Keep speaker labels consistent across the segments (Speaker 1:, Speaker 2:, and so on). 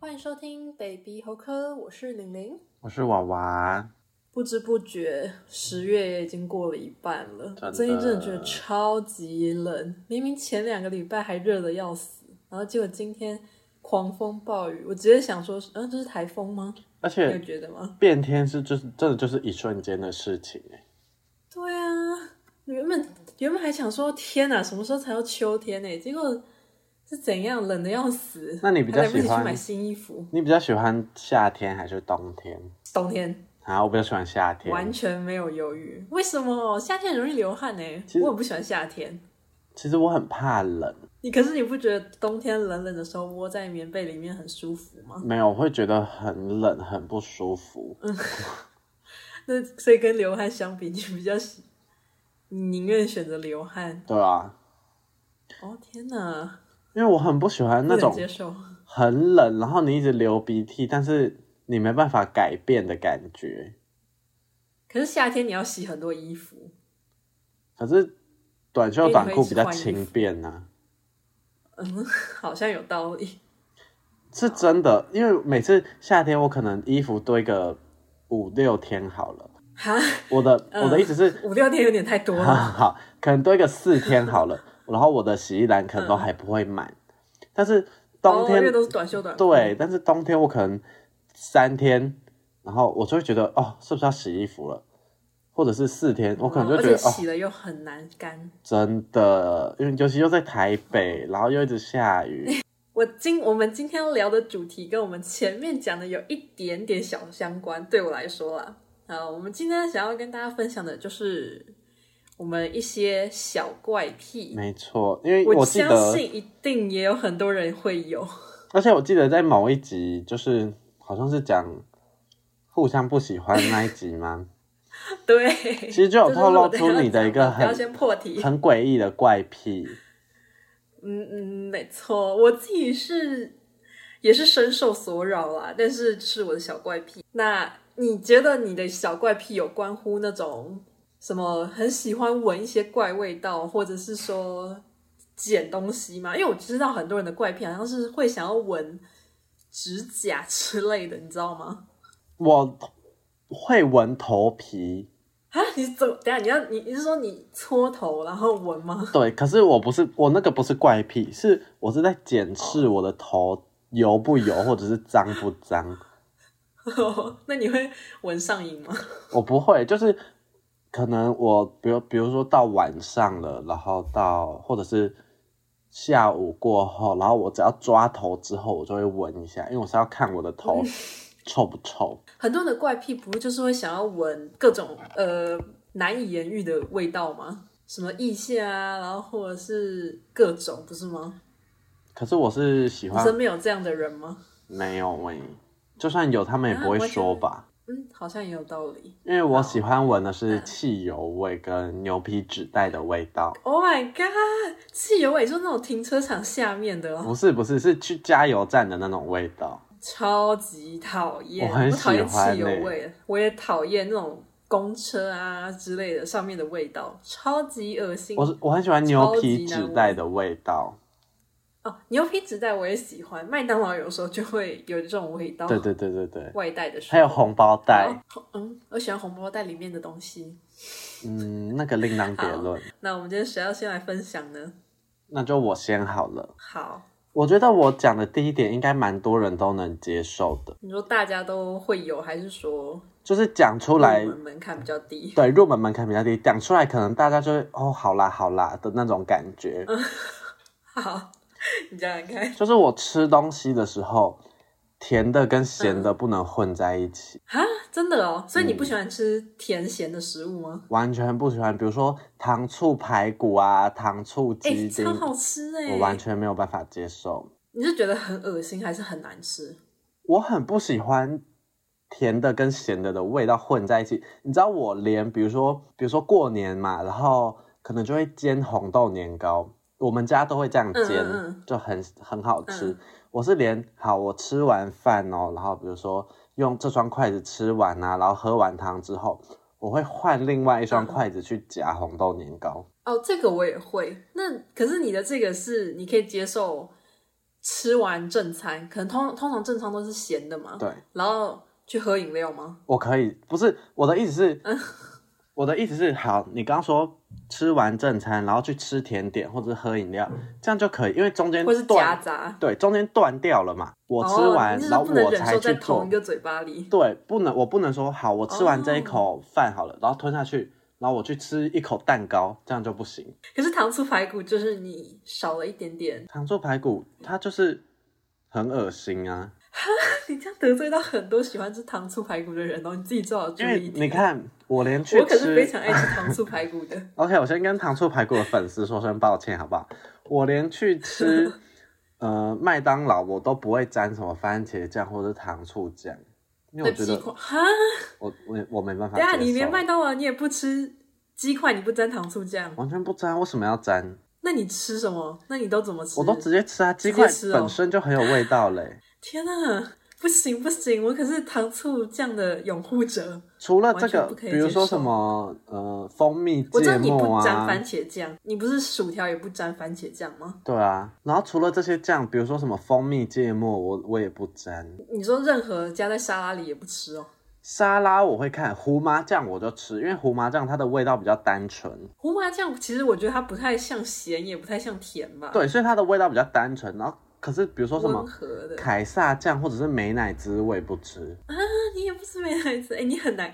Speaker 1: 欢迎收听 Baby 猴科，我是玲玲。
Speaker 2: 我是娃娃，
Speaker 1: 不知不觉，十月也已经过了一半了。
Speaker 2: 真的
Speaker 1: 最近真的觉得超级冷，明明前两个礼拜还热的要死，然后结果今天狂风暴雨，我直接想说，嗯、这是台风吗？
Speaker 2: 而
Speaker 1: 你有
Speaker 2: 且
Speaker 1: 觉得吗？
Speaker 2: 变天是就是真的就是一瞬间的事情哎，
Speaker 1: 对啊，原本原本还想说，天哪，什么时候才到秋天呢？结果是怎样，冷的要死。
Speaker 2: 那你比较
Speaker 1: 还来不及
Speaker 2: 喜欢
Speaker 1: 去买新衣服？
Speaker 2: 你比较喜欢夏天还是冬天？
Speaker 1: 冬天
Speaker 2: 啊，我比较喜欢夏天。
Speaker 1: 完全没有犹豫，为什么夏天很容易流汗呢？
Speaker 2: 其实
Speaker 1: 我很不喜欢夏天。
Speaker 2: 其实我很怕冷，
Speaker 1: 你可是你不觉得冬天冷冷的时候窝在棉被里面很舒服吗？
Speaker 2: 没有，我会觉得很冷，很不舒服。
Speaker 1: 嗯那所以跟流汗相比，你比较喜，你宁愿选择流汗。
Speaker 2: 对啊，
Speaker 1: 哦天哪，
Speaker 2: 因为我很不喜欢那
Speaker 1: 不能
Speaker 2: 种
Speaker 1: 接受。
Speaker 2: 很冷，然后你一直流鼻涕，但是你没办法改变的感觉。
Speaker 1: 可是夏天你要洗很多衣服，
Speaker 2: 可是短袖短裤比较
Speaker 1: 因为你会一直换衣
Speaker 2: 轻
Speaker 1: 服
Speaker 2: 便啊呐、
Speaker 1: 好像有道理。
Speaker 2: 是真的，因为每次夏天我可能衣服堆个五六天好了。
Speaker 1: 哈，
Speaker 2: 我的
Speaker 1: 嗯
Speaker 2: 我的意思是，
Speaker 1: 五六天有点太多了。
Speaker 2: 好，可能堆个四天好了，然后我的洗衣篮可能都还不会满，但是冬
Speaker 1: 哦、
Speaker 2: 天、
Speaker 1: 因为都是短袖短裤。
Speaker 2: 对，但是冬天我可能三天，然后我就会觉得哦，是不是要洗衣服了？或者是四天，我可能就
Speaker 1: 而
Speaker 2: 觉
Speaker 1: 且
Speaker 2: 得哦，
Speaker 1: 洗了又很难干。
Speaker 2: 真的，因为尤其又在台北，然后又一直下 雨，
Speaker 1: 我今我们今天要聊的主题跟我们前面讲的有一点点小相关，对我来说啦。啊，我们今天想要跟大家分享的就是我们一些小怪癖。
Speaker 2: 没错，因为
Speaker 1: 我
Speaker 2: 记
Speaker 1: 相
Speaker 2: 得，
Speaker 1: 信一定也有很多人会有。
Speaker 2: 而且我记得在某一集，就是好像是讲互相不喜欢那一 集吗？
Speaker 1: 对，
Speaker 2: 其实就有透露出你的一个
Speaker 1: 不要
Speaker 2: 很
Speaker 1: 先破题。
Speaker 2: 很诡异的怪癖，
Speaker 1: 嗯嗯，没错，我自己是也是深受所扰啦，但是这是我的小怪癖。那你觉得你的小怪癖有关乎那种什么很喜欢闻一些怪味道，或者是说捡东西吗？因为我知道很多人的怪癖好像是会想要闻指甲之类的，你知道吗？
Speaker 2: 我会闻头皮，
Speaker 1: 啊，你怎么？等一下你要你你是说你搓头然后闻吗？
Speaker 2: 对，可是我不是我那个不是怪癖，是我是在检视我的头油不油或者是脏不脏，
Speaker 1: 那你会闻上瘾吗？
Speaker 2: 我不会，就是可能我比如比如说到晚上了，然后到或者是下午过后，然后我只要抓头之后，我就会闻一下，因为我是要看我的头臭不臭，
Speaker 1: 很多人的怪癖不就是会想要闻各种呃难以言喻的味道吗？什么腋下啊，然后或者是各种，不是吗？
Speaker 2: 可是我是喜
Speaker 1: 你
Speaker 2: 欢
Speaker 1: 身边有这样的人吗？
Speaker 2: 没有喂、就算有他们也不会说吧，
Speaker 1: 嗯，好像也有道理。
Speaker 2: 因为我喜欢闻的
Speaker 1: 嗯
Speaker 2: 是汽油味跟牛皮纸袋的味道。
Speaker 1: Oh my god，汽油味就是那种停车场下面的哦，
Speaker 2: 不是不是，是去加油站的那种味道。
Speaker 1: 嗯超级讨厌。
Speaker 2: 我很
Speaker 1: 讨厌
Speaker 2: 喜欢
Speaker 1: 汽油
Speaker 2: 欸
Speaker 1: 味，我也讨厌那种公车啊之类的上面的味道，超级恶心。
Speaker 2: 我是我很喜欢牛皮纸袋的味道。
Speaker 1: 哦，牛皮纸袋我也喜欢，麦当劳有时候就会有这种味道。
Speaker 2: 对对对对对，
Speaker 1: 外带的时候，
Speaker 2: 还有红包袋，
Speaker 1: 嗯，我喜欢红包袋里面的东西。
Speaker 2: 嗯，那个另当别论。
Speaker 1: 那我们今天谁要先来分享呢？
Speaker 2: 那就我先好了。
Speaker 1: 好，
Speaker 2: 我觉得我讲的第一点应该蛮多人都能接受的，
Speaker 1: 你说大家都会有，还是说
Speaker 2: 就是讲出
Speaker 1: 入
Speaker 2: 来，
Speaker 1: 门门槛比较低？
Speaker 2: 对入门门槛比较低，讲出来可能大家就会哦，好啦好啦的那种感觉。
Speaker 1: 好，你讲讲看。
Speaker 2: 就是我吃东西的时候，甜的跟咸
Speaker 1: 嗯
Speaker 2: 的不能混在一起，
Speaker 1: 哈，真的哦，所以你
Speaker 2: 嗯
Speaker 1: 不喜欢吃甜咸的食物吗？
Speaker 2: 完全不喜欢。比如说糖醋排骨啊、糖醋
Speaker 1: 哎、
Speaker 2: 鸡丁，
Speaker 1: 超好吃哎、
Speaker 2: 我完全没有办法接受。
Speaker 1: 你是觉得很恶心，还是很难吃？
Speaker 2: 我很不喜欢甜的跟咸的的味道混在一起。你知道，我连比如说，比如说过年嘛，然后可能就会煎红豆年糕，我们家都会这样煎，
Speaker 1: 嗯嗯嗯
Speaker 2: 就很很好吃。
Speaker 1: 嗯
Speaker 2: 我是连好，我吃完饭哦，然后比如说用这双筷子吃完啊，然后喝完汤之后，我会换另外一双
Speaker 1: 嗯
Speaker 2: 筷子去夹红豆年糕。
Speaker 1: 哦，这个我也会。那可是你的这个是你可以接受吃完正餐，可能通通常正餐都是咸的嘛，
Speaker 2: 对，
Speaker 1: 然后去喝饮料吗？
Speaker 2: 我可以，不是我的意思是，
Speaker 1: 嗯
Speaker 2: 我的意思是，好，你刚刚说吃完正餐，然后去吃甜点或者是喝饮料，这样就可以，因为中间
Speaker 1: 或是夹
Speaker 2: 断，
Speaker 1: 杂？
Speaker 2: 对，中间断掉了嘛。我吃完，
Speaker 1: 哦、你
Speaker 2: 然
Speaker 1: 就
Speaker 2: 后
Speaker 1: 是不能
Speaker 2: 我
Speaker 1: 忍
Speaker 2: 才
Speaker 1: 受在
Speaker 2: 去
Speaker 1: 同
Speaker 2: 做
Speaker 1: 一，个嘴巴里。
Speaker 2: 对，不能，我不能说好，我吃完这一口饭好了，然后吞下去，然后我去吃一口蛋糕，这样就不行。
Speaker 1: 可是糖醋排骨就是你少了一点点，
Speaker 2: 糖醋排骨它就是很恶心啊，
Speaker 1: 你这样得罪到很多喜欢吃糖醋排骨的人哦，你自己做好注
Speaker 2: 因为
Speaker 1: 意一点。
Speaker 2: 你看我连去
Speaker 1: 我可是非
Speaker 2: 吃
Speaker 1: 常爱吃糖 醋排骨的。
Speaker 2: ，OK，我先跟糖醋排骨的粉丝说声抱歉，好不好？我连去 吃呃麦当劳我都不会沾什么番茄酱或者糖醋酱，因
Speaker 1: 那
Speaker 2: 为我觉
Speaker 1: 鸡
Speaker 2: 得啊
Speaker 1: 块哈，
Speaker 2: 我我我没办法
Speaker 1: 等一下
Speaker 2: 接受，
Speaker 1: 你连麦当劳你也不吃鸡块，你不沾糖醋酱，
Speaker 2: 完全不沾，为什么要沾？
Speaker 1: 那你吃什么？那你都怎么吃？
Speaker 2: 我都直接吃啊，鸡
Speaker 1: 接
Speaker 2: 块
Speaker 1: 吃哦
Speaker 2: 本身就很有味道嘞。
Speaker 1: 天哪，不行不行，我可是糖醋酱的拥护者。
Speaker 2: 除了这
Speaker 1: 完全
Speaker 2: 个，
Speaker 1: 不可以
Speaker 2: 比如说
Speaker 1: 接受
Speaker 2: 什么呃蜂蜜
Speaker 1: 我知道
Speaker 2: 芥
Speaker 1: 你不
Speaker 2: 末
Speaker 1: 沾
Speaker 2: 啊，
Speaker 1: 番茄酱，你不是薯条也不沾番茄酱吗？
Speaker 2: 对啊，然后除了这些酱，比如说什么蜂蜜芥末，我我也不沾。
Speaker 1: 你说任何加在沙拉里也不吃哦。
Speaker 2: 沙拉我会看，胡麻酱我就吃，因为胡麻酱它的味道比较单纯，
Speaker 1: 胡麻酱其实我觉得它不太像咸，也不太像甜吧，
Speaker 2: 对，所以它的味道比较单纯。然后可是比如说什
Speaker 1: 温
Speaker 2: 么
Speaker 1: 和的。
Speaker 2: 凯撒酱或者是美乃滋，我也不吃。
Speaker 1: 那你也不是没孩子，哎、你很难，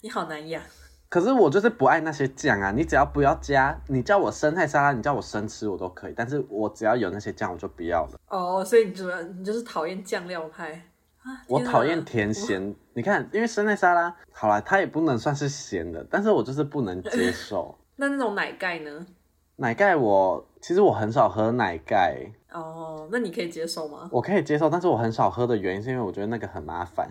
Speaker 1: 你好难养。
Speaker 2: 可是我就是不爱那些酱啊，你只要不要加，你叫我生菜沙拉，你叫我生吃我都可以，但是我只要有那些酱我就不要了。
Speaker 1: 哦，所以你主要你就是讨厌酱料派啊？
Speaker 2: 我
Speaker 1: 天啊
Speaker 2: 讨厌甜咸，你看，因为生菜沙拉好啦，它也不能算是咸的，但是我就是不能接受。
Speaker 1: 那那种奶盖呢？
Speaker 2: 奶盖我其实我很少喝奶盖，
Speaker 1: 哦，那你可以接受吗？
Speaker 2: 我可以接受，但是我很少喝的原因是因为我觉得那个很麻烦。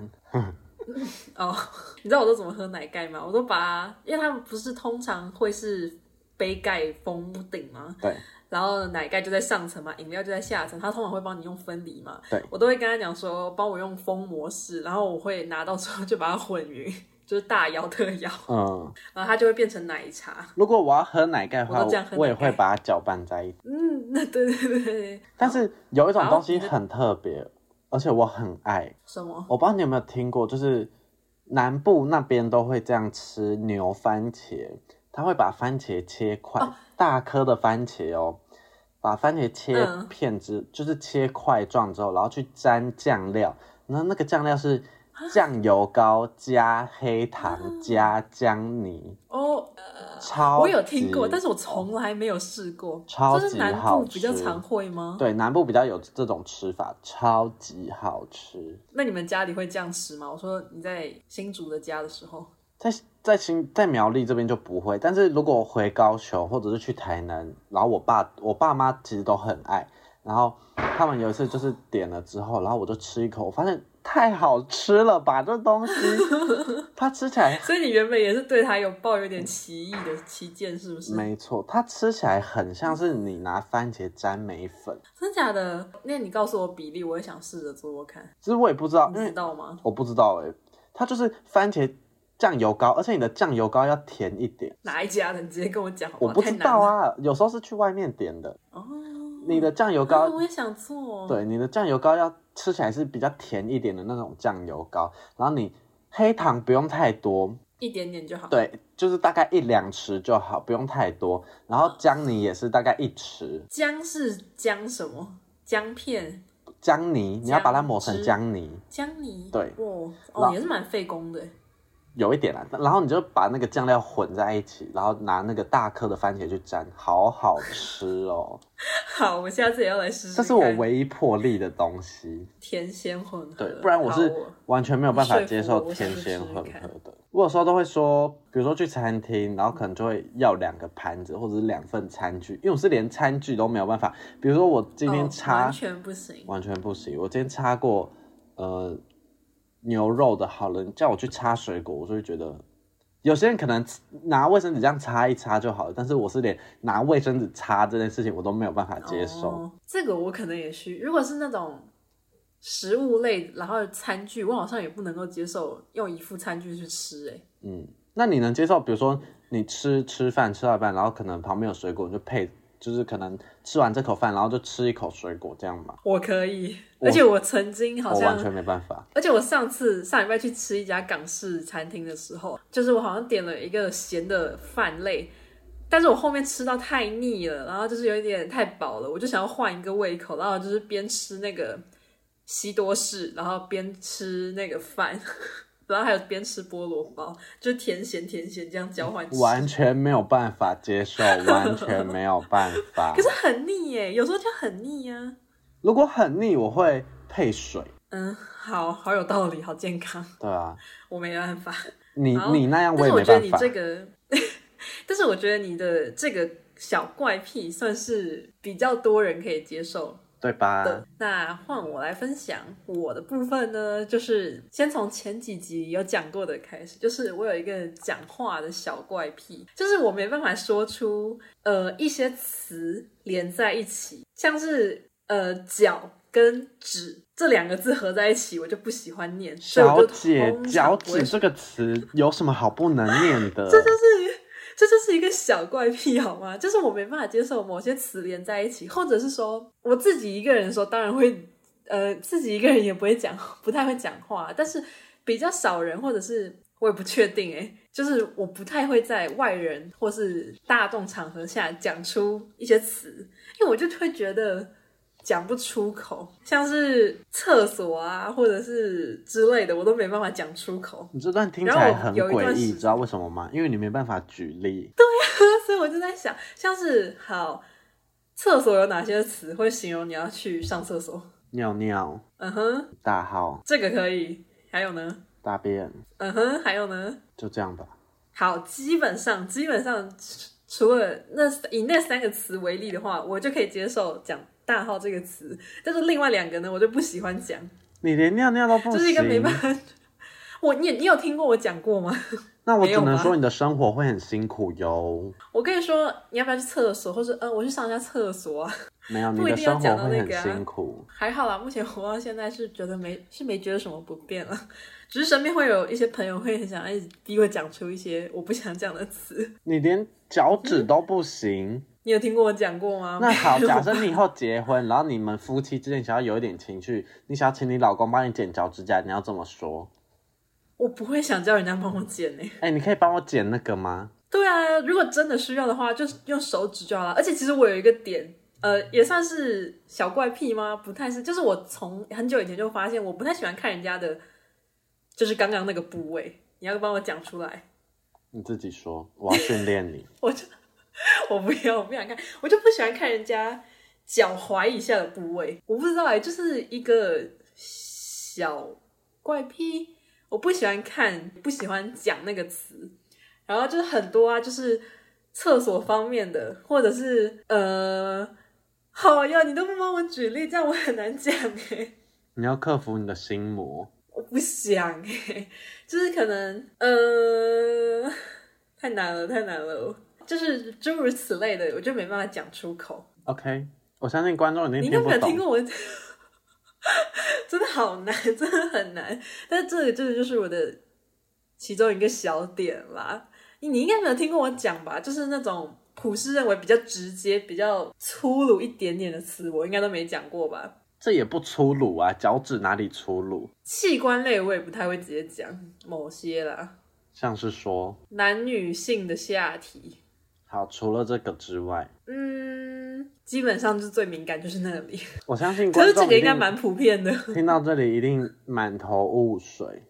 Speaker 1: 哦， 你知道我都怎么喝奶盖吗？我都把它，因为他们不是通常会是杯盖封顶吗？
Speaker 2: 对，
Speaker 1: 然后奶盖就在上层嘛，饮料就在下层，他通常会帮你用分离嘛。
Speaker 2: 对
Speaker 1: 我都会跟他讲说，帮我用封模式，然后我会拿到之后就把它混匀， 就是大摇特摇，
Speaker 2: 嗯，
Speaker 1: 然后它就会变成奶茶。
Speaker 2: 如果我要喝奶盖的话，
Speaker 1: 我都这样
Speaker 2: 我
Speaker 1: 喝
Speaker 2: 我也
Speaker 1: 奶盖
Speaker 2: 会把它搅拌在一起。
Speaker 1: 嗯，那对对对对，
Speaker 2: 但是有一种
Speaker 1: 好
Speaker 2: 东西
Speaker 1: 你的
Speaker 2: 很特别，而且我很爱，
Speaker 1: 什么？
Speaker 2: 我不知道你有没有听过，就是南部那边都会这样吃牛番茄，他会把番茄切块，
Speaker 1: 哦
Speaker 2: 大颗的番茄哦，把番茄切
Speaker 1: 嗯
Speaker 2: 片之，就是切块状之后，然后去沾酱料，然后那个酱料是
Speaker 1: 啊
Speaker 2: 酱油膏加黑糖加姜泥，
Speaker 1: 哦，
Speaker 2: 超
Speaker 1: 啊我有听过，
Speaker 2: 级
Speaker 1: 但是我从来没有试过。
Speaker 2: 超级
Speaker 1: 这是南
Speaker 2: 好
Speaker 1: 部
Speaker 2: 吃
Speaker 1: 比较常会吗？
Speaker 2: 对南部比较有这种吃法，超级好吃。
Speaker 1: 那你们家里会这样吃吗？我说你在新竹的家的时候，
Speaker 2: 在在新在苗栗这边就不会，但是如果回高雄或者是去台南，然后我爸我爸妈其实都很爱，然后他们有一次就是点了之后，然后我就吃一口，我发现太好吃了吧，这 东西它吃起来
Speaker 1: 所以你原本也是对他有抱有点歧义的歧见，是不是？
Speaker 2: 没错，它吃起来很像是你拿番茄沾眉粉，
Speaker 1: 真假的？那你告诉我比例，我也想试着做做看。
Speaker 2: 其实我也不知道，
Speaker 1: 你
Speaker 2: 因
Speaker 1: 知
Speaker 2: 为
Speaker 1: 道吗？
Speaker 2: 我不知道哎、它就是番茄酱油膏，而且你的酱油膏要甜一点，
Speaker 1: 哪一家的？你直接跟我讲好
Speaker 2: 我
Speaker 1: 吗？
Speaker 2: 不
Speaker 1: 哦太
Speaker 2: 知
Speaker 1: 难
Speaker 2: 道
Speaker 1: 了。
Speaker 2: 啊，有时候是去外面点的，
Speaker 1: 哦，
Speaker 2: 你的酱油膏
Speaker 1: 啊我也想做。，
Speaker 2: 对，你的酱油膏要吃起来是比较甜一点的那种酱油膏，然后你黑糖不用太多，
Speaker 1: 一点点就好。
Speaker 2: 对，就是大概一两匙就好，不用太多。然后姜泥也是大概一匙，
Speaker 1: 姜是姜什么？姜片、
Speaker 2: 姜泥你要把它磨成
Speaker 1: 姜汁
Speaker 2: 姜泥，
Speaker 1: 姜泥。
Speaker 2: 对
Speaker 1: 哇，
Speaker 2: 然
Speaker 1: 哦，也是蛮费工的。
Speaker 2: 有一点啦，然后你就把那个酱料混在一起，然后拿那个大颗的番茄去沾，好好吃
Speaker 1: 嗯
Speaker 2: 哦！
Speaker 1: 好，我下次也要来试试
Speaker 2: 这
Speaker 1: 看。
Speaker 2: 是我唯一破例的东西。
Speaker 1: 甜鲜混合，
Speaker 2: 对，不然我是
Speaker 1: 好我
Speaker 2: 完全没有办法
Speaker 1: 你说服
Speaker 2: 接
Speaker 1: 我
Speaker 2: 受
Speaker 1: 我
Speaker 2: 天
Speaker 1: 想去
Speaker 2: 鲜
Speaker 1: 试试
Speaker 2: 混合
Speaker 1: 看
Speaker 2: 的。我有时候都会说，比如说去餐厅，然后可能就会要两个盘子或者是两份餐具，因为我是连餐具都没有办法。比如说我今天
Speaker 1: 哦
Speaker 2: 插、
Speaker 1: 完全不行。
Speaker 2: 完全不行，我今天插过呃牛肉的，好了，你叫我去插水果，我就会觉得。有些人可能拿卫生纸这样擦一擦就好了，但是我是连拿卫生
Speaker 1: 哦
Speaker 2: 纸擦这件事情我都没有办法接受。
Speaker 1: 哦这个我可能也需，如果是那种食物类，然后餐具，我好像也不能够接受用一副餐具去吃、欸，哎，
Speaker 2: 嗯，那你能接受？比如说你吃吃饭吃到一半，然后可能旁边有水果，你就配，就是可能吃完这口饭，然后就吃一口水果这样吗？
Speaker 1: 我可以，
Speaker 2: 我
Speaker 1: 而且我曾经好
Speaker 2: 我
Speaker 1: 像
Speaker 2: 完全没办法。
Speaker 1: 而且我上次上礼拜去吃一家港式餐厅的时候，就是我好像点了一个咸的饭类，但是我后面吃到太腻了，然后就是有一点太饱了，我就想要换一个胃口，然后就是边吃那个西多士，然后边吃那个饭， 然后还有边吃菠萝包，就甜咸甜咸这样交换吃。
Speaker 2: 完全没有办法接受，完全没有办法
Speaker 1: 可。是很腻耶，有时候就很腻呀、
Speaker 2: 如果很腻，我会配水。
Speaker 1: 嗯，好好有道理，好健康，
Speaker 2: 对啊，
Speaker 1: 我没办法。
Speaker 2: 你
Speaker 1: 好
Speaker 2: 你那样
Speaker 1: 但
Speaker 2: 也
Speaker 1: 是我
Speaker 2: 没
Speaker 1: 觉得
Speaker 2: 办
Speaker 1: 你
Speaker 2: 法。
Speaker 1: 这个，但是我觉得你的这个小怪癖算是比较多人可以接受
Speaker 2: 对吧？
Speaker 1: 的。那换我来分享我的部分呢，就是先从前几集有讲过的开始，就是我有一个讲话的小怪癖，就是我没办法说出呃一些词连在一起，像是呃脚跟指。这两个字合在一起，我就不喜欢念。所以我
Speaker 2: 小
Speaker 1: 就
Speaker 2: 姐，
Speaker 1: 通常
Speaker 2: 脚
Speaker 1: 不会
Speaker 2: 趾这个词有什么好不能念的？
Speaker 1: 这就是这就是一个小怪癖好吗？就是我没办法接受某些词连在一起，或者是说我自己一个人的时候，当然会呃自己一个人也不会讲， 不太会讲话，但是比较少人，或者是我也不确定诶、就是我不太会在外人或是大众场合下讲出一些词，因为我就会觉得。讲不出口，像是厕所啊，或者是之类的，我都没办法讲出口。
Speaker 2: 你这段听起
Speaker 1: 然后
Speaker 2: 来
Speaker 1: 我
Speaker 2: 很
Speaker 1: 有一
Speaker 2: 诡
Speaker 1: 段
Speaker 2: 异，
Speaker 1: 时
Speaker 2: 知道为什么吗？因为你没办法举例。
Speaker 1: 所以我就在想，像是好厕所有哪些词会形容你要去上厕所？
Speaker 2: 尿尿、
Speaker 1: 嗯哼，
Speaker 2: 大号、
Speaker 1: 这个可以。还有呢？
Speaker 2: 大便，
Speaker 1: 嗯哼，还有呢？
Speaker 2: 就这样吧。
Speaker 1: 好，基本上基本上除除了那以那三个词为例的话，我就可以接受讲大号这个词，但是另外两个呢，我就不喜欢讲，
Speaker 2: 你连尿尿都不
Speaker 1: 这是一个没
Speaker 2: 哦行
Speaker 1: 办，法。我你你有听过我讲过吗？
Speaker 2: 那我
Speaker 1: 没
Speaker 2: 只
Speaker 1: 有
Speaker 2: 能
Speaker 1: 吧
Speaker 2: 说你的生活会很辛苦哟。
Speaker 1: 我跟你说，你要不要去厕所，或者嗯，我去上一下厕所啊？
Speaker 2: 没有，你
Speaker 1: 不一
Speaker 2: 的
Speaker 1: 定要
Speaker 2: 生活
Speaker 1: 讲到
Speaker 2: 会
Speaker 1: 那
Speaker 2: 很
Speaker 1: 个啊
Speaker 2: 辛苦。
Speaker 1: 还好啦，目前活到现在是觉得没是没觉得什么不便了， 只是身边会有一些朋友会很想一直逼我讲出一些我不想讲的词。
Speaker 2: 你连脚趾都不行。
Speaker 1: 你有听过我讲过吗？
Speaker 2: 那好，
Speaker 1: 没有
Speaker 2: 假设你以后结婚，然后你们夫妻之间想要有一点情趣，你想要请你老公帮你剪脚趾甲，你要这么说。
Speaker 1: 我不会想叫人家帮我剪呢、
Speaker 2: 哎、你可以帮我剪那个吗？
Speaker 1: 对啊，如果真的需要的话，就是用手指就好了。而且其实我有一个点，呃，也算是小怪癖吗？不太是，就是我从很久以前就发现，我不太喜欢看人家的，就是刚刚那个部位。你要帮我讲出来。
Speaker 2: 你自己说，我要训练你。
Speaker 1: 我不要，我不想看，我就不喜欢看人家脚踝以下的部位。我不知道哎、就是一个小怪癖，我不喜欢看，不喜欢讲那个词。然后就是很多啊，就是厕所方面的，或者是呃，好呀，你都不帮我举例，这样我很难讲哎、
Speaker 2: 你要克服你的心魔。
Speaker 1: 我不想哎、就是可能，呃，太难了，太难了，就是诸如此类的，我就没办法讲出口。
Speaker 2: OK，我相信观众一
Speaker 1: 你应
Speaker 2: 定
Speaker 1: 该
Speaker 2: 听
Speaker 1: 没有听
Speaker 2: 不懂。
Speaker 1: 过我， 真的好难， 真的很难。但这个这个就是我的其中一个小点啦。你你应该没有听过我讲吧？就是那种普世认为比较直接、比较粗鲁一点点的词，我应该都没讲过吧？
Speaker 2: 这也不粗鲁啊，脚趾哪里粗鲁？
Speaker 1: 器官类我也不太会直接讲某些啦，
Speaker 2: 像是说，
Speaker 1: 男女性的下体，
Speaker 2: 好，除了这个之外，
Speaker 1: 嗯，基本上就是最敏感就是那里。
Speaker 2: 我相信
Speaker 1: 可
Speaker 2: 观
Speaker 1: 是这
Speaker 2: 众
Speaker 1: 个
Speaker 2: 一
Speaker 1: 应该
Speaker 2: 定
Speaker 1: 蛮普遍的。
Speaker 2: 听到这里一定满头雾水。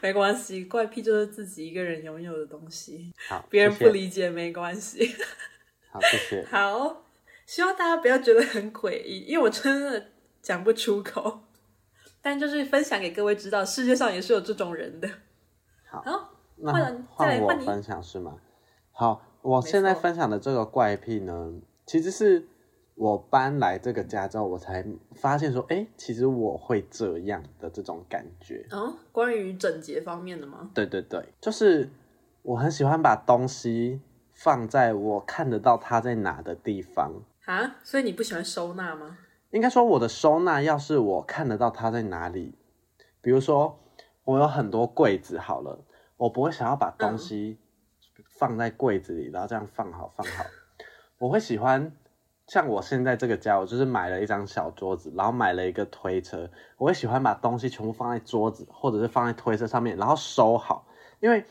Speaker 1: 没关系，怪癖就是自己一个人拥有的东西，
Speaker 2: 好，
Speaker 1: 别人
Speaker 2: 谢
Speaker 1: 不
Speaker 2: 谢。
Speaker 1: 理解没关系。
Speaker 2: 好，谢谢。
Speaker 1: 好，希望大家不要觉得很诡异，因为我真的讲不出口，但就是分享给各位知道，世界上也是有这种人的。哦
Speaker 2: 好
Speaker 1: 好，
Speaker 2: 那
Speaker 1: 换了再
Speaker 2: 换
Speaker 1: 来
Speaker 2: 我
Speaker 1: 换你
Speaker 2: 分享是吗？好，我
Speaker 1: 没
Speaker 2: 现在
Speaker 1: 错
Speaker 2: 分享的这个怪癖呢，其实是我搬来这个家之后，我才发现说，哎、其实我会这样的这种感觉。
Speaker 1: 哦，关于整洁方面的吗？
Speaker 2: 对对对，就是我很喜欢把东西放在我看得到它在哪的地方。
Speaker 1: 啊，所以你不喜欢收纳吗？
Speaker 2: 应该说我的收纳要是我看得到它在哪里，比如说我有很多柜子好了，我不会想要把东西放在柜子里，然后这样放好放好，我会喜欢。像我现在这个家，我就是买了一张小桌子，然后买了一个推车。我会喜欢把东西全部放在桌子，或者是放在推车上面，然后收好。因为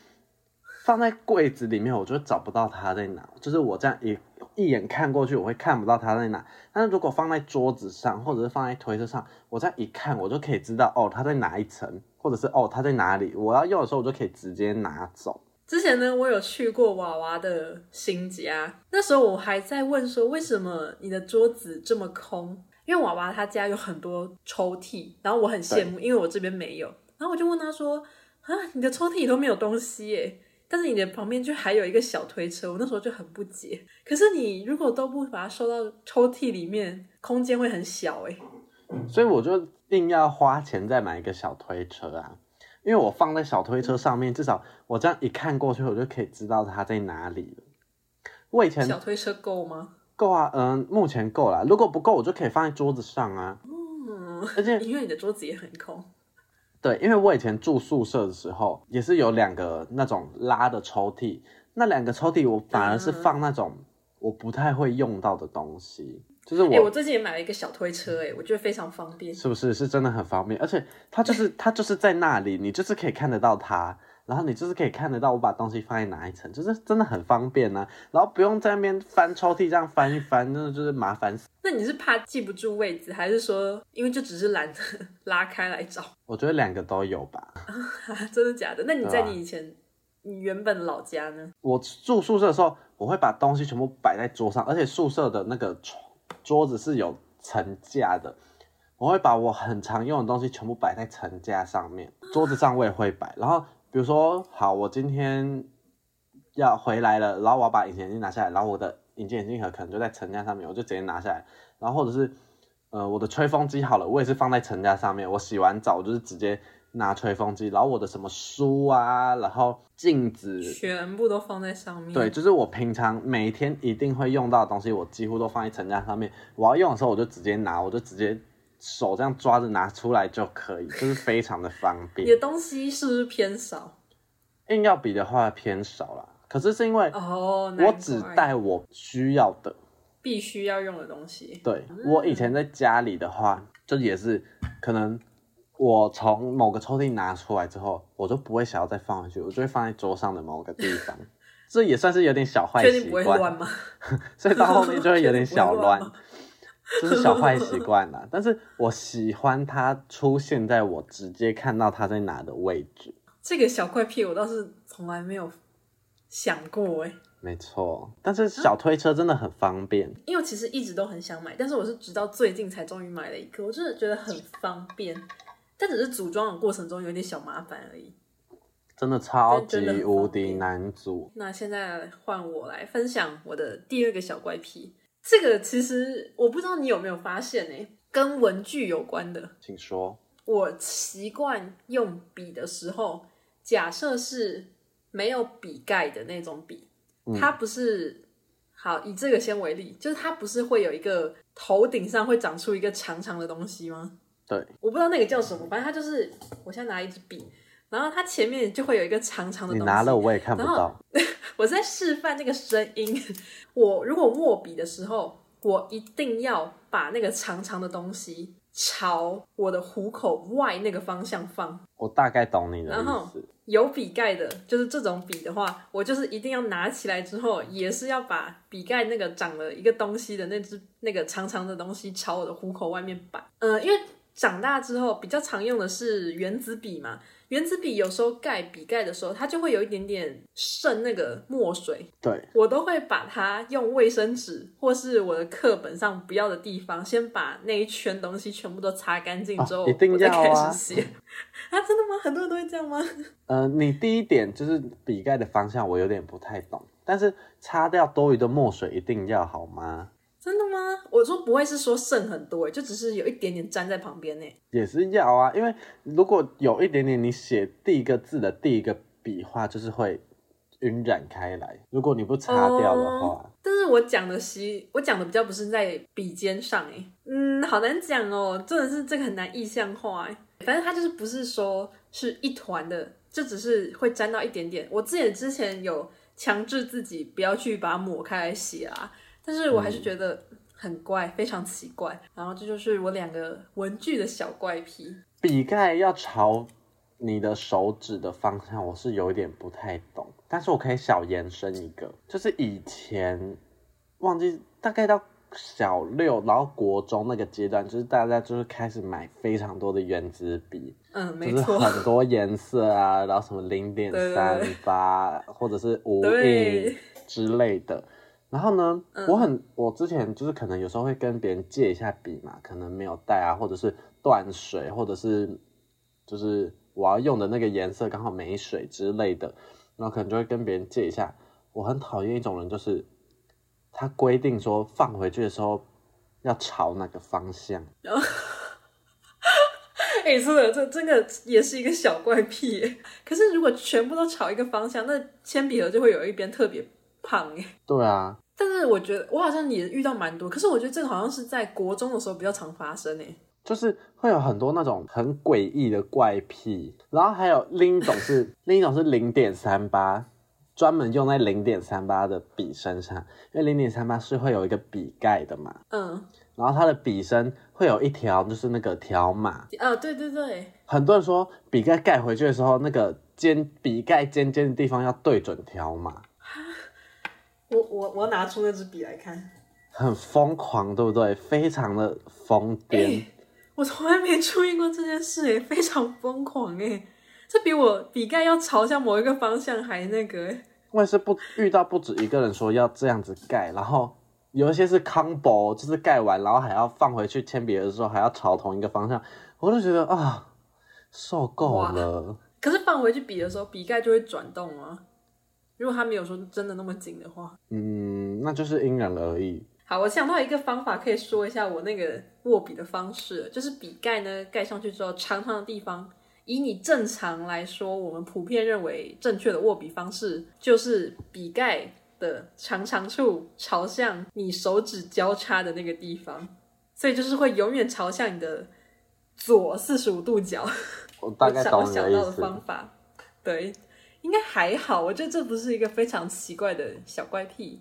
Speaker 2: 放在柜子里面，我就找不到它在哪，就是我这样一一眼看过去，我会看不到它在哪。但是如果放在桌子上，或者是放在推车上，我这样一看，我就可以知道哦，它在哪一层，或者是哦，它在哪里。我要用的时候，我就可以直接拿走。
Speaker 1: 之前呢，我有去过娃娃的新家，那时候我还在问说，为什么你的桌子这么空？因为娃娃他家有很多抽屉，然后我很羡慕，因为我这边没有。然后我就问他说：“啊，你的抽屉里都没有东西耶，但是你的旁边却还有一个小推车。”我那时候就很不解。可是你如果都不把它收到抽屉里面，空间会很小哎。
Speaker 2: 所以我就硬要花钱再买一个小推车啊，因为我放在小推车上面，至少我这样一看过去，我就可以知道它在哪里了。我以前
Speaker 1: 小推车够吗？
Speaker 2: 够啊，嗯，目前够了。如果不够，我就可以放在桌子上啊。
Speaker 1: 嗯，
Speaker 2: 而且
Speaker 1: 因为你的桌子也很空。
Speaker 2: 对，因为我以前住宿舍的时候，也是有两个那种拉的抽屉，那两个抽屉我反而是放那种我不太会用到的东西，就是
Speaker 1: 哎、
Speaker 2: 我
Speaker 1: 我最近也买了一个小推车、哎，我觉得非常方便。
Speaker 2: 是不是是真的很方便？而且它就是它就是在那里，你就是可以看得到它，然后你就是可以看得到我把东西放在哪一层，就是真的很方便呢、啊然后不用在那边翻抽屉这样翻一翻，真的就是麻烦死。
Speaker 1: 那你是怕记不住位置，还是说因为就只是懒得 拉开来找？
Speaker 2: 我觉得两个都有吧。
Speaker 1: 真的假的？那你在
Speaker 2: 对啊
Speaker 1: 你以前、你原本老家呢？
Speaker 2: 我住宿舍的时候，我会把东西全部摆在桌上，而且宿舍的那个桌桌子是有层架的，我会把我很常用的东西全部摆在层架上面，桌子上我也会摆。然后比如说，好，我今天要回来了，然后我要把隐形眼镜拿下来，然后我的隐形眼镜盒可能就在层架上面，我就直接拿下来。然后或者是呃，我的吹风机好了，我也是放在层架上面。我洗完澡就是直接拿吹风机，然后我的什么书啊，然后镜子、
Speaker 1: 全部都放在上面。
Speaker 2: 对，，就是我平常每天一定会用到的东西，我几乎都放在层架上面。我要用的时候，我就直接拿，我就直接手这样抓着拿出来就可以，就是非常的 方
Speaker 1: 你的
Speaker 2: 便。
Speaker 1: 东西是不是偏少？
Speaker 2: 硬要比的话偏少啦，可是是因为
Speaker 1: 哦，难
Speaker 2: 我
Speaker 1: 怪
Speaker 2: 只带我需要的。
Speaker 1: 必须要用的东西。
Speaker 2: 对我以前在家里的话，就也是可能我从某个抽屉拿出来之后，我就不会想要再放回去，我就会放在桌上的某个地 方。这也算是有点小坏
Speaker 1: 确
Speaker 2: 习
Speaker 1: 定不会
Speaker 2: 惯。
Speaker 1: 乱吗？
Speaker 2: 所以到后面就会有点小乱
Speaker 1: 不会乱吗，
Speaker 2: 就是小坏习惯啦。但是我喜欢它出现在我直接看到它在哪的位置。
Speaker 1: 这个小怪癖我倒是从来没有想过哎、
Speaker 2: 没错，但
Speaker 1: 啊
Speaker 2: 是小推车真的很方便，
Speaker 1: 因为我其实一直都很想买，但是我是直到最近才终于买了一个，我真的觉得很方便，但只是组装的过程中有点小麻烦而已。
Speaker 2: 真的超
Speaker 1: 真的很
Speaker 2: 级
Speaker 1: 方便
Speaker 2: 无敌难组。
Speaker 1: 那现在换我来分享我的第二个小怪癖，这个其实我不知道你有没有发现呢、跟文具有关的，
Speaker 2: 请说，
Speaker 1: 我习惯用笔的时候，假设是没有笔盖的那种笔，
Speaker 2: 嗯
Speaker 1: 它不是好以这个先为例，就是它不是会有一个头顶上会长出一个长长的东西吗？
Speaker 2: 对，
Speaker 1: 我不知道那个叫什么，反正它就是我现在拿一支笔，然后它前面就会有一个长长的
Speaker 2: 你
Speaker 1: 东西。
Speaker 2: 拿了我也看不
Speaker 1: 然
Speaker 2: 到，
Speaker 1: 我在示范这个声音。 我如果握笔的时候，我一定要把那个长长的东西朝我的虎口外那个方向放。
Speaker 2: 我大概懂你的
Speaker 1: 然后
Speaker 2: 意思。
Speaker 1: 有笔盖的，就是这种笔的话，我就是一定要拿起来之后，也是要把笔盖那个长了一个东西的那只那个长长的东西朝我的虎口外面摆。嗯、因为长大之后比较常用的是原子笔嘛，原子笔有时候盖笔盖的时候，它就会有一点点渗那个墨水，
Speaker 2: 对，
Speaker 1: 我都会把它用卫生纸或是我的课本上不要的地方，先把那一圈东西全部都擦干净之后，
Speaker 2: 哦一定
Speaker 1: 我再
Speaker 2: 要啊
Speaker 1: 开始写。 啊，真的吗？很多人都会这样吗？
Speaker 2: 呃，你第一点就是笔盖的方向，我有点不太懂，但是擦掉多余的墨水一定要好吗？
Speaker 1: 真的吗？我说不会是说剩很多，欸就只是有一点点粘在旁边欸呢。
Speaker 2: 也是要啊，因为如果有一点点你写第一个字的第一个笔画，就是会晕染开来。如果你不擦掉的话，
Speaker 1: 哦但是我讲的习，我讲的比较不是在笔尖上哎、嗯，好难讲哦，真的是这个很难意象化哎。反正它就是不是说是一团的，就只是会沾到一点点。我之前之前有强制自己不要去把它抹开来洗啊，但是我还是觉得很怪，非常奇怪。然后这就是我两个文具的小怪癖。
Speaker 2: 笔盖要朝你的手指的方向，我是有一点不太懂，但是我可以小延伸一个，就是以前忘记大概到小六，然后国中那个阶段，就是大家就是开始买非常多的原子笔，
Speaker 1: 嗯，没
Speaker 2: 就是
Speaker 1: 错，
Speaker 2: 很多颜色啊，然后什么零点三八或者是无印
Speaker 1: 对嗯
Speaker 2: 之类的。然后呢，我很我之前就是可能有时候会跟别人借一下笔嘛，可能没有带啊，或者是断水，或者是就是我要用的那个颜色刚好没水之类的，然后可能就会跟别人借一下。我很讨厌一种人，就是他规定说放回去的时候要朝哪个方向。
Speaker 1: 哎、真的，这这个也是一个小怪癖耶。可是如果全部都朝一个方向，那铅笔盒就会有一边特别胖哎。
Speaker 2: 对啊，
Speaker 1: 但是我觉得我好像也遇到蛮多，可是我觉得这个好像是在国中的时候比较常发生哎。
Speaker 2: 就是会有很多那种很诡异的怪癖，然后还有另一种是另一种是零点三八，专门用在零点三八的笔身上，因为零点三八是会有一个笔盖的嘛，
Speaker 1: 嗯，
Speaker 2: 然后它的笔身会有一条就是那个条码，
Speaker 1: 啊，对对对，
Speaker 2: 很多人说笔盖盖回去的时候，那个尖笔盖尖尖的地方要对准条码，
Speaker 1: 我我我拿出那支笔来看，
Speaker 2: 很疯狂，对不对？非常的疯癫
Speaker 1: 哎。我从来没注意过这件事哎，非常疯狂哎，这比我笔盖要朝向某一个方向还那个哎。
Speaker 2: 我也是不遇到不止一个人说要这样子盖，然后有一些是 combo，就是盖完然后还要放回去铅笔的时候还要朝同一个方向，我就觉得啊，受够了。
Speaker 1: 可是放回去笔的时候，笔盖就会转动啊。如果它没有说真的那么紧的话，
Speaker 2: 嗯，那就是因人而异。
Speaker 1: 好，我想到一个方法，可以说一下我那个握笔的方式，就是笔盖呢盖上去之后，长长的地方，以你正常来说，我们普遍认为正确的握笔方式就是笔盖的长长处朝向你手指交叉的那个地方，所以就是会永远朝向你的左四十五度角。
Speaker 2: 我大概
Speaker 1: 我
Speaker 2: 懂你
Speaker 1: 想我想到
Speaker 2: 的意
Speaker 1: 的
Speaker 2: 思
Speaker 1: 方。法，对，应该还好。我觉得这不是一个非常奇怪的小怪癖，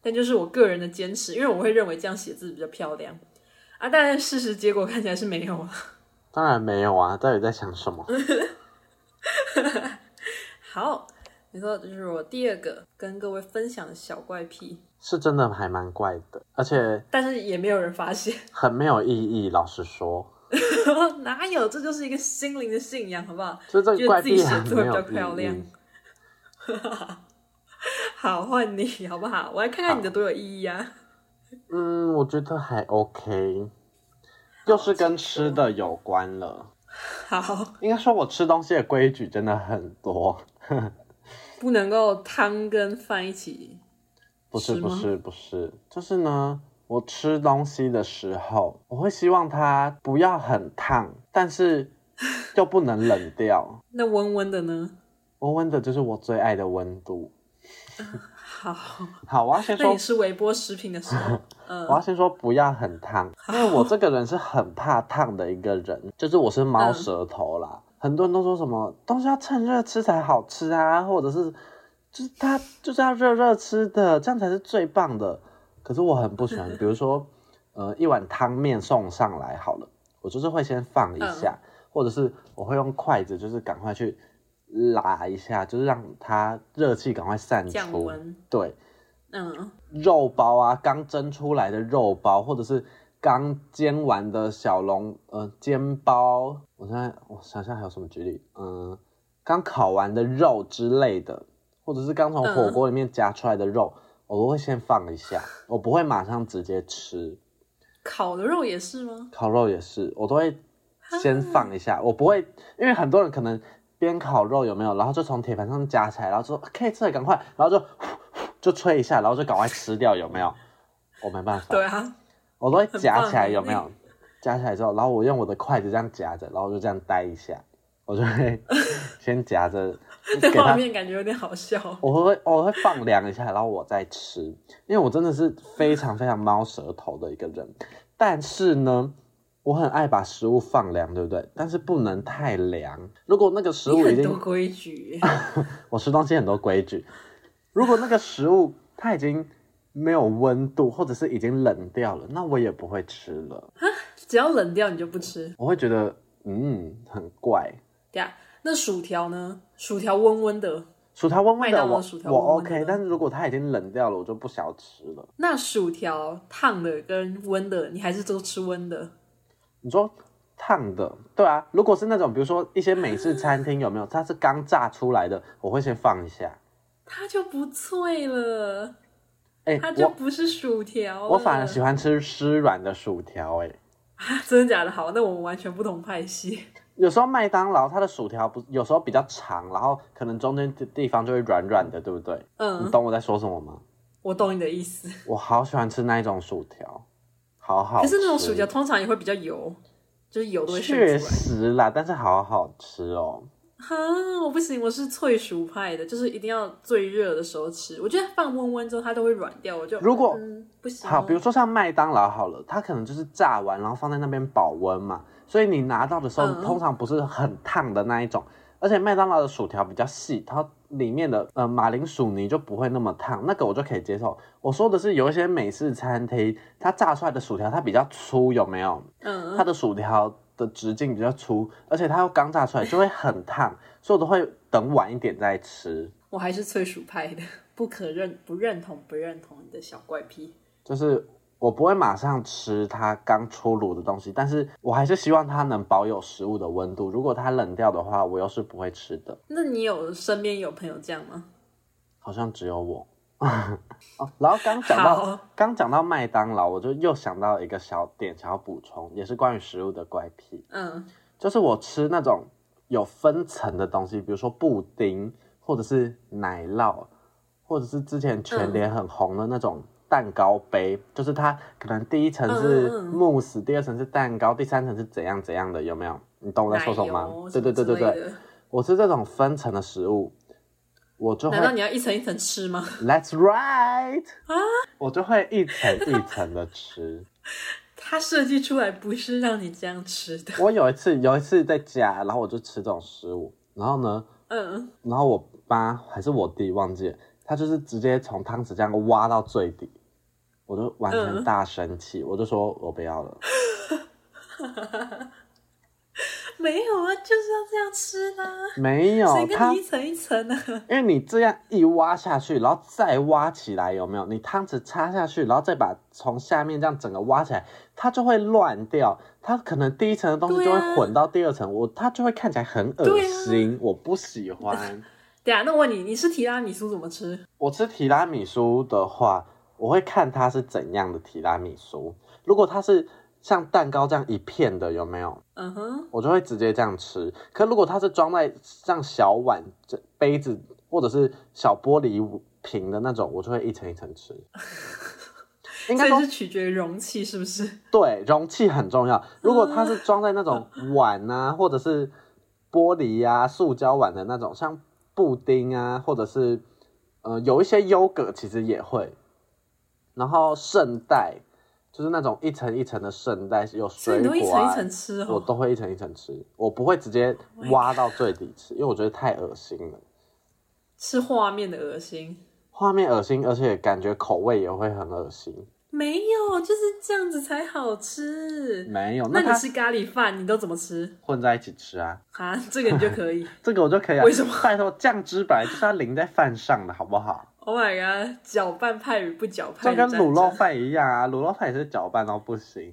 Speaker 1: 但就是我个人的坚持，因为我会认为这样写字比较漂亮啊。但事实结果看起来是没有啊。
Speaker 2: 当然没有啊，到底在 想什么？
Speaker 1: 好，没错，这就是我第二个跟各位分享的小怪癖，
Speaker 2: 是真的还蛮怪的，而且
Speaker 1: 但是也没有人发现，
Speaker 2: 很没有意义。老实说，
Speaker 1: 哪有？这就是一个心灵的信仰，好不好？
Speaker 2: 就这
Speaker 1: 觉得
Speaker 2: 个怪
Speaker 1: 自己
Speaker 2: 癖
Speaker 1: 写
Speaker 2: 很
Speaker 1: 字
Speaker 2: 没
Speaker 1: 会比较漂
Speaker 2: 有意
Speaker 1: 亮
Speaker 2: 义。
Speaker 1: 好，换你好不好？我来看看你的多有意义啊！
Speaker 2: 嗯，我觉得还 OK，又是跟吃的有关了。
Speaker 1: 好，
Speaker 2: 应该说，我吃东西的规矩真的很多。
Speaker 1: 不能够汤跟饭一起
Speaker 2: 不是
Speaker 1: 是
Speaker 2: 不
Speaker 1: 吗
Speaker 2: 是不是，就是呢，我吃东西的时候，我会希望它不要很烫，但是又不能冷掉。
Speaker 1: 那温温的呢？
Speaker 2: 温温的就是我最爱的温度。
Speaker 1: 好，
Speaker 2: 好，我要先
Speaker 1: 那
Speaker 2: 说
Speaker 1: 你，吃微波食品的时 候，
Speaker 2: 我要先说不要很烫，因为我这个人是很怕烫的一个人，就是我是猫
Speaker 1: 嗯
Speaker 2: 舌头啦。很多人都说什么东西要趁热吃才好吃啊，或者是就是它就是要热热吃的，这样才是最棒的。可是我很不喜欢，比如说，呃，一碗汤面送上来好了，我就是会先放一
Speaker 1: 嗯
Speaker 2: 下，或者是我会用筷子，就是赶快去拉一下，就是让它热气赶快散
Speaker 1: 降
Speaker 2: 出。
Speaker 1: 温，
Speaker 2: 对，
Speaker 1: 嗯，
Speaker 2: 肉包啊，刚蒸出来的肉包，或者是刚煎完的小笼，呃，煎包。我现在我想想还有什么举例，嗯、刚烤完的肉之类的，或者是刚从火锅里面夹出来的肉，我都会先放一下，我不会马上直接吃。
Speaker 1: 烤的肉也是吗？
Speaker 2: 烤肉也是，我都会
Speaker 1: 啊
Speaker 2: 先放一下，我不会，因为很多人可能边烤肉有没有，然后就从铁盘上夹起来，然后就说可以吃了，赶快，然后就 呼呼就吹一下，然后就赶快吃掉，有没有？我 没办法，
Speaker 1: 对啊，
Speaker 2: 我都会夹起来，
Speaker 1: 很棒
Speaker 2: 有没有？夹起来之后，然后我用我的筷子这样夹着，然后就这样待一下，我就会先夹着
Speaker 1: 这
Speaker 2: 给
Speaker 1: 画
Speaker 2: 它
Speaker 1: 面感觉有点好笑。
Speaker 2: 我会我会放凉一下，然后我再吃，因为我真的是非常非常猫舌头的一个人。但是呢，我很爱把食物放凉，对不对？但是不能太凉。如果那个食
Speaker 1: 你
Speaker 2: 物已
Speaker 1: 很多
Speaker 2: 经，
Speaker 1: 规矩，
Speaker 2: 我吃东西很多规矩，如果那个食物它已经没有温度，或者是已经冷掉了，那我也不会吃了。
Speaker 1: 只要冷掉你就不吃。
Speaker 2: 我会觉得，嗯，很怪。
Speaker 1: 对啊，那薯条呢？薯条温温的，
Speaker 2: 薯条温温
Speaker 1: 麦
Speaker 2: 的
Speaker 1: 当劳
Speaker 2: 我
Speaker 1: 啊薯条
Speaker 2: 我
Speaker 1: 温温的
Speaker 2: OK，
Speaker 1: 呢
Speaker 2: 但是如果它已经冷掉了，我就不想吃了。
Speaker 1: 那薯条烫的跟温的，你还是都吃温的。
Speaker 2: 你说烫的，对啊。如果是那种，比如说一些美式餐厅有没有，它是刚炸出来的，我会先放一下。
Speaker 1: 它就不脆了，
Speaker 2: 哎、
Speaker 1: 它就
Speaker 2: 我
Speaker 1: 不是薯条了
Speaker 2: 我反而喜欢吃湿软的薯条、哎，
Speaker 1: 啊，真的假的？好，那我们完全不同派系。
Speaker 2: 有时候麦当劳它的薯条不，有时候比较长，然后可能中间的地方就会软软的，对不对？你
Speaker 1: 嗯，
Speaker 2: 懂我在说什么吗？
Speaker 1: 我懂你的意思。
Speaker 2: 我好喜欢吃那一种薯条，好好
Speaker 1: 可
Speaker 2: 吃。
Speaker 1: 是那种薯条通常也会比较油，就是油都会渗
Speaker 2: 确
Speaker 1: 出来。
Speaker 2: 实啦，但是好好吃哦。
Speaker 1: 哈、我不行，我是脆薯派的，就是一定要最热的时候吃。我觉得放温温之后它都会软掉，我就
Speaker 2: 如果
Speaker 1: 嗯不行、哦。
Speaker 2: 好，比如说像麦当劳好了，它可能就是炸完，然后放在那边保温嘛，所以你拿到的时候、
Speaker 1: 嗯
Speaker 2: 通常不是很烫的那一种，而且麦当劳的薯条比较细，它里面的呃马铃薯泥就不会那么烫，那个我就可以接受。我说的是有一些美式餐厅，它炸出来的薯条它比较粗，有没有？
Speaker 1: 嗯，
Speaker 2: 它的薯条的直径比较粗，而且它又刚炸出来就会很烫，所以我都会等晚一点再吃。
Speaker 1: 我还是脆薯派的，不可认不认同不认同你的小怪癖。
Speaker 2: 就是我不会马上吃它刚出炉的东西，但是我还是希望它能保有食物的温度。如果它冷掉的话，我又是不会吃的。
Speaker 1: 那你有身边有朋友这样吗？
Speaker 2: 好像只有我。 哦，然后刚讲到
Speaker 1: 好
Speaker 2: 刚讲到麦当劳，我就又想到一个小点想要补充，也是关于食物的怪癖，
Speaker 1: 嗯，
Speaker 2: 就是我吃那种有分层的东西，比如说布丁，或者是奶酪，或者是之前
Speaker 1: 嗯
Speaker 2: 全联很红的那种蛋糕杯，就是它可能第一层是
Speaker 1: 嗯嗯嗯
Speaker 2: 慕斯，第二层是蛋糕，第三层是怎样怎样的，有没有？你懂我在
Speaker 1: 奶
Speaker 2: 说
Speaker 1: 油
Speaker 2: 什么吗？对
Speaker 1: 什
Speaker 2: 对
Speaker 1: 么
Speaker 2: 对对
Speaker 1: 之类
Speaker 2: 对，
Speaker 1: 的。
Speaker 2: 我吃这种分层的食物，我就会
Speaker 1: 难道啊你要一层一层吃吗？
Speaker 2: That's right 我就会一层一层的吃。
Speaker 1: 它设计出来不是让你这样吃的。
Speaker 2: 我有一次有一次在家，然后我就吃这种食物，然后呢，
Speaker 1: 嗯，
Speaker 2: 然后我妈还是我弟忘记了，他就是直接从汤匙这样挖到最底，我就完全
Speaker 1: 嗯
Speaker 2: 大生气，我就说我不要了。
Speaker 1: 没有啊，就是要这样吃的啊、
Speaker 2: 没有
Speaker 1: 谁跟
Speaker 2: 他
Speaker 1: 你，一层一层呢？
Speaker 2: 因为你这样一挖下去，然后再挖起来，有没有？你汤匙插下去，然后再把从下面这样整个挖起来，它就会乱掉。它可能第一层的东西就
Speaker 1: 对
Speaker 2: 会
Speaker 1: 啊
Speaker 2: 混到第二层，我它就会看起来很恶
Speaker 1: 对啊
Speaker 2: 心，我不喜欢。
Speaker 1: 对啊，那我问你，你吃提拉米苏怎么吃？
Speaker 2: 我吃提拉米苏的话，我会看它是怎样的提拉米苏。如果它是像蛋糕这样一片的，有没有？
Speaker 1: 嗯哼，
Speaker 2: 我就会直接这样吃。可如果它是装在像小碗、这杯子或者是小玻璃瓶的那种，我就会一层一层吃。应
Speaker 1: 所
Speaker 2: 该说
Speaker 1: 以是取决于容器是不 是？
Speaker 2: 对，容器很重要。如果它是装在那种
Speaker 1: 嗯
Speaker 2: 碗啊，或者是玻璃啊、塑胶碗的那种，像布丁啊，或者是呃有一些优格其实也会。然后圣代就是那种一层一层的圣代，有
Speaker 1: 所以
Speaker 2: 水
Speaker 1: 你
Speaker 2: 果、啊、
Speaker 1: 都一层一层吃
Speaker 2: 我
Speaker 1: 哦。
Speaker 2: 都会一层一层吃，我不会直接
Speaker 1: Oh my
Speaker 2: 挖到最底吃，因为我觉得太恶心了，
Speaker 1: 是画面的恶心。
Speaker 2: 画面恶心，而且感觉口味也会很恶心。
Speaker 1: 没有，就是这样子才好吃。
Speaker 2: 没有，
Speaker 1: 那
Speaker 2: 嗯那
Speaker 1: 你
Speaker 2: 它
Speaker 1: 吃咖喱饭，你都怎么吃？
Speaker 2: 混在一起吃啊，
Speaker 1: 啊，这个你就可以。
Speaker 2: 这个我就可以啊。
Speaker 1: 为什么？
Speaker 2: 拜托，酱汁本来就是要淋在饭上的，好不 好？
Speaker 1: Oh my god！搅拌派与不搅
Speaker 2: 就
Speaker 1: 拌的
Speaker 2: 跟
Speaker 1: 战争，
Speaker 2: 卤肉饭一样啊，卤肉饭也是搅拌到不行。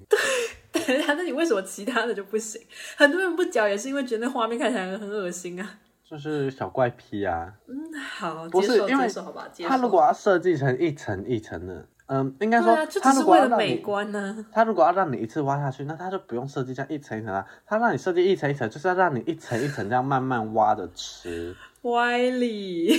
Speaker 1: 等一下，那你为什么其他的就不行？很多人不嚼也是因为觉得那画面看起来很恶心啊。
Speaker 2: 就是小怪癖啊，
Speaker 1: 嗯，好，
Speaker 2: 不是
Speaker 1: 接受
Speaker 2: 因为
Speaker 1: 接受，好吧，接受。
Speaker 2: 它如果要设计成一层一层的，嗯，应该
Speaker 1: 对
Speaker 2: 说
Speaker 1: 啊，就只
Speaker 2: 它
Speaker 1: 是
Speaker 2: 如果
Speaker 1: 为
Speaker 2: 要
Speaker 1: 了
Speaker 2: 让
Speaker 1: 美
Speaker 2: 你，
Speaker 1: 观啊呢、
Speaker 2: 它如果要让你一次挖下去，那它就不用设计这样一层一层啊，它让你设计一层一层，就是要让你一层一层这样慢慢挖着吃。
Speaker 1: 歪理。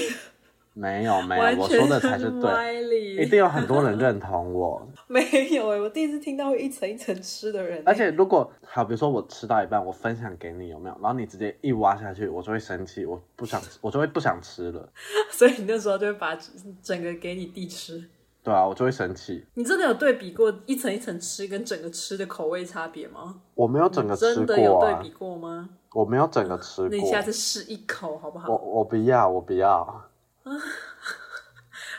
Speaker 2: 没有没
Speaker 1: 完
Speaker 2: 有，哎我
Speaker 1: 全
Speaker 2: 说的才是对，哎
Speaker 1: 歪
Speaker 2: 一
Speaker 1: 理。
Speaker 2: 定有很多人认同我。
Speaker 1: 没有哎、我第一次听到会一层一层吃的人、欸
Speaker 2: 而且如果好，比如说我吃到一半，我分享给你有没有？然后你直接一挖下去，我就会生气，我不想，我就会不想吃了。
Speaker 1: 所以你那时候就会把整个给你弟吃。
Speaker 2: 对啊，我就会生气。
Speaker 1: 你真的有对比过一层一层吃跟整个吃的口味差别吗？
Speaker 2: 我没有整个吃
Speaker 1: 真的有
Speaker 2: 过
Speaker 1: 对
Speaker 2: 啊，
Speaker 1: 比过吗？
Speaker 2: 我没有整个吃
Speaker 1: 那你下
Speaker 2: 过。
Speaker 1: 次试一口好不
Speaker 2: 我
Speaker 1: 好？
Speaker 2: 我不要，我不要。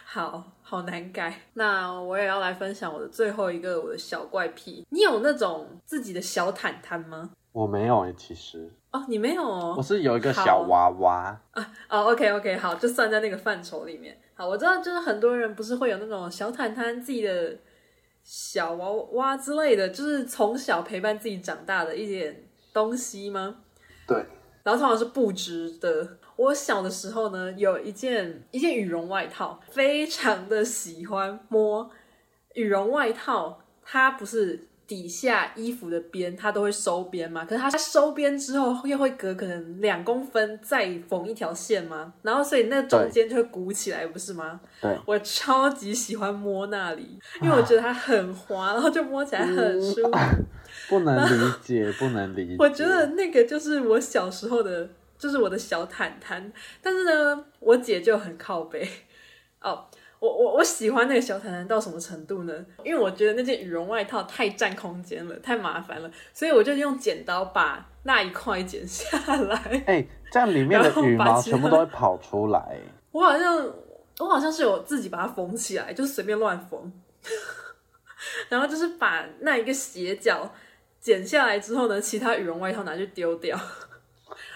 Speaker 1: 好好难改。那我也要来分享我的最后一个我的小怪癖。你有那种自己的小毯毯吗？
Speaker 2: 我没有诶，其实
Speaker 1: 哦，你没有哦。
Speaker 2: 我是有一个小娃娃，
Speaker 1: 哦、o k OK，好，就算在那个范畴里面。好，我知道，就是很多人不是会有那种小毯毯自己的小娃娃之类的，就是从小陪伴自己长大的一点东西吗？
Speaker 2: 对，
Speaker 1: 然后通常是布织的。我小的时候呢，有一件一件羽绒外套，非常的喜欢摸羽绒外套，它不是。底下衣服的边它都会收边嘛，可是它收边之后又会隔可能两公分再缝一条线嘛，然后所以那中间就会鼓起来，不是吗？
Speaker 2: 对，
Speaker 1: 我超级喜欢摸那里，因为我觉得它很滑，然后就摸起来很舒服。
Speaker 2: 不能理解，不能理 解。
Speaker 1: 我觉得那个就是我小时候的，就是我的小毯毯。但是呢，我姐就很靠背哦。我我我喜欢那个小毯毯到什么程度呢？因为我觉得那件羽绒外套太占空间了，太麻烦了，所以我就用剪刀把那一块剪下来。
Speaker 2: 哎、这样里面的羽
Speaker 1: 然后把
Speaker 2: 毛
Speaker 1: 其他
Speaker 2: 全部都会跑出来，
Speaker 1: 我好像我好像是有自己把它缝起来，就是随便乱缝， 然后就是把那一个斜角剪下来之后呢，其他羽绒外套拿去丢掉，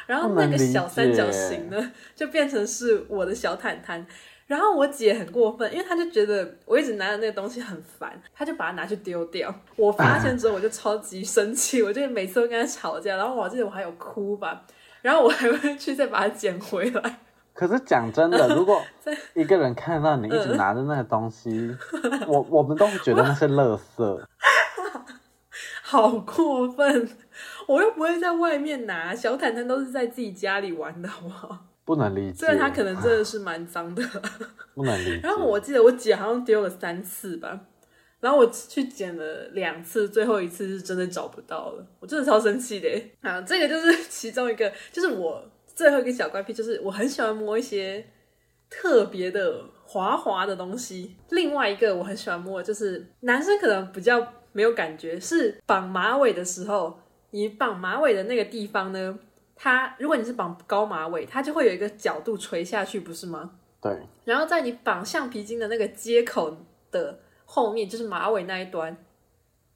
Speaker 1: 然后那个小三角形呢就变成是我的小毯毯。然后我姐很过分，因为她就觉得我一直拿着那个东西很烦，她就把它拿去丢掉。我发现之后，我就超级生气，我就每次都跟她吵架。然后我记得我还有哭吧，然后我还会去再把它捡回来。
Speaker 2: 可是讲真的，如果一个人看到你一
Speaker 1: 嗯
Speaker 2: 直拿着那个东西，我我们都会觉得那是垃圾。
Speaker 1: 好过分！ 我又不会在外面拿，小毯毯都是在自己家里玩的，好不好？
Speaker 2: 不能理解。啊
Speaker 1: 虽然它可能真的是蛮脏的。
Speaker 2: 不能理解。
Speaker 1: 然后我记得我姐好像丢了三次吧，然后我去捡了两次，最后一次是真的找不到了，我真的超生气的欸。啊，这个就是 其中一个，就是我最后一个小怪癖，就是我很喜欢摸一些特别的滑滑的东西。另外一个我很喜欢摸的，就是男生可能比较没有感觉，是绑马尾的时候，你绑马尾的那个地方呢，它如果你是绑高马尾，它就会有一个角度垂下去，不是吗？
Speaker 2: 对
Speaker 1: 然后在你绑橡皮筋的那个接口的后面，就是马尾那一端，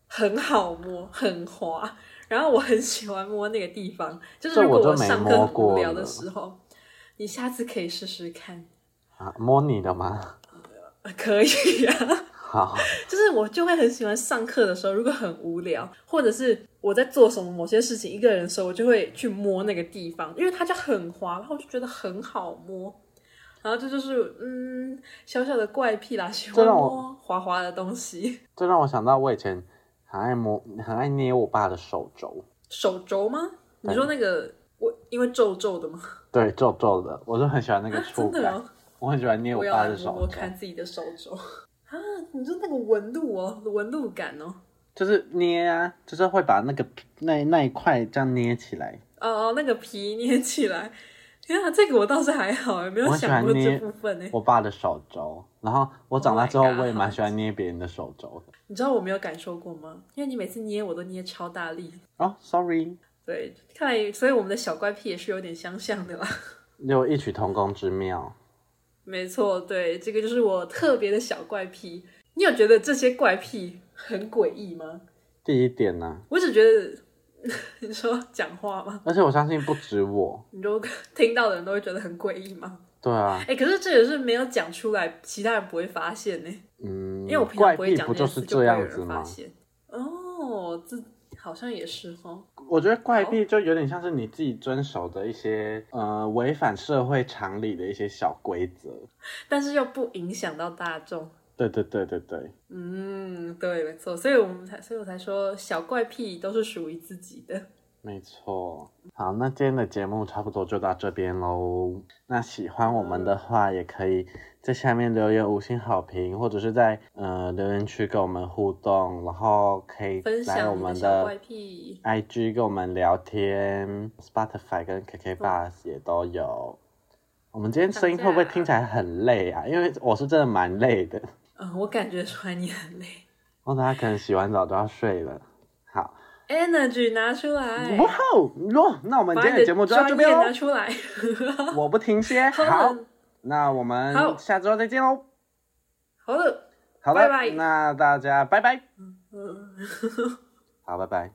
Speaker 1: 很好摸，很滑。然后我很喜欢摸那个地方，就是
Speaker 2: 这
Speaker 1: 如
Speaker 2: 我
Speaker 1: 果
Speaker 2: 就没
Speaker 1: 上课
Speaker 2: 摸
Speaker 1: 很无
Speaker 2: 过
Speaker 1: 聊的
Speaker 2: 了
Speaker 1: 时候，你下次可以试试看，
Speaker 2: 啊，摸你的吗？
Speaker 1: 呃可以呀、
Speaker 2: 好，
Speaker 1: 就是我就会很喜欢上课的时候，如果很无聊，或者是我在做什么某些事情一个人的时候，我就会去摸那个地方，因为它就很滑，然后我就觉得很好摸。然后这就是嗯小小的怪癖啦，喜
Speaker 2: 这
Speaker 1: 欢
Speaker 2: 让我
Speaker 1: 摸滑滑的东西。
Speaker 2: 这让我想到我以前很爱摸、很爱捏我爸的手肘，
Speaker 1: 手肘吗？你说那个我因为皱皱的吗？
Speaker 2: 对，皱皱的，我就很喜欢那个
Speaker 1: 啊，
Speaker 2: 触
Speaker 1: 真的
Speaker 2: 感，
Speaker 1: 哦！
Speaker 2: 我很喜欢捏
Speaker 1: 我要
Speaker 2: 爸
Speaker 1: 来
Speaker 2: 的
Speaker 1: 摸
Speaker 2: 手
Speaker 1: 摸
Speaker 2: 肘，
Speaker 1: 看自己的手肘啊！你说那个纹路哦，纹路感哦。
Speaker 2: 就是捏啊，就是会把那个那那一块这样捏起来，
Speaker 1: 哦哦，那个皮捏起来。天啊，这个我倒是还好，没有
Speaker 2: 我很喜
Speaker 1: 想
Speaker 2: 欢
Speaker 1: 过这
Speaker 2: 捏
Speaker 1: 部分呢。
Speaker 2: 我爸的手肘。然后我长大之后，
Speaker 1: Oh my god
Speaker 2: 我也蛮喜欢捏别人的手肘的。
Speaker 1: 你知道我没有感受过吗？因为你每次捏我都捏超大力。
Speaker 2: 哦、s o r r y
Speaker 1: 对，看来所以我们的小怪癖也是有点相像的啦。
Speaker 2: 有异曲同工之妙。
Speaker 1: 没错，对，这个就是我特别的小怪癖。你有觉得这些怪癖很诡异吗？
Speaker 2: 第一点呢、
Speaker 1: 我只觉得 你说讲话吗？
Speaker 2: 而且我相信不止我，
Speaker 1: 你如果听到的人都会觉得很诡异吗？
Speaker 2: 对啊，
Speaker 1: 哎、可是这也是没有讲出来，其他人不会发现呢、
Speaker 2: 嗯，
Speaker 1: 因为我平常
Speaker 2: 怪
Speaker 1: 不会
Speaker 2: 癖
Speaker 1: 讲
Speaker 2: 不
Speaker 1: 那
Speaker 2: 就
Speaker 1: 件
Speaker 2: 是
Speaker 1: 事，
Speaker 2: 这
Speaker 1: 就
Speaker 2: 样
Speaker 1: 不会有
Speaker 2: 子
Speaker 1: 人发
Speaker 2: 吗？
Speaker 1: 现。哦，这好像也是哦哈。
Speaker 2: 我觉得怪癖就有点像是你自己遵守的一些呃违反社会常理的一些小规则。
Speaker 1: 但是又不影响到大众。
Speaker 2: 对对对对对，
Speaker 1: 嗯，对，没错，所以我们才，所以我才说小怪癖都是属于自己的。
Speaker 2: 没错，好，那今天的节目差不多就到这边喽。那喜欢我们
Speaker 1: 嗯
Speaker 2: 的话，也可以在下面留言五星好评，或者是在呃留言区跟我们互动，然后可以
Speaker 1: 分
Speaker 2: 来
Speaker 1: 享
Speaker 2: 我
Speaker 1: 你的
Speaker 2: 们
Speaker 1: 小怪
Speaker 2: 的
Speaker 1: 癖。
Speaker 2: IG 跟我们聊天，Spotify
Speaker 1: 嗯
Speaker 2: 跟 KK Bus 也都有。我们今天声音会不会听起来很累啊？因为我是真的蛮累的。
Speaker 1: 嗯，我感觉出来你很累
Speaker 2: 哦，大家可能洗完澡都要睡了。好，
Speaker 1: ，energy 拿出来，
Speaker 2: 哇哦，哟，那我们
Speaker 1: 把
Speaker 2: 今
Speaker 1: 你
Speaker 2: 天
Speaker 1: 的
Speaker 2: 的节目就到这
Speaker 1: 专业
Speaker 2: 边喽
Speaker 1: 拿。出来。
Speaker 2: 我不停歇。
Speaker 1: 好
Speaker 2: 好，
Speaker 1: 了
Speaker 2: 那我们
Speaker 1: 好
Speaker 2: 下周再见喽。
Speaker 1: 好了，
Speaker 2: 好的，
Speaker 1: 拜拜
Speaker 2: 那大家拜拜。
Speaker 1: 嗯。
Speaker 2: 好，拜拜。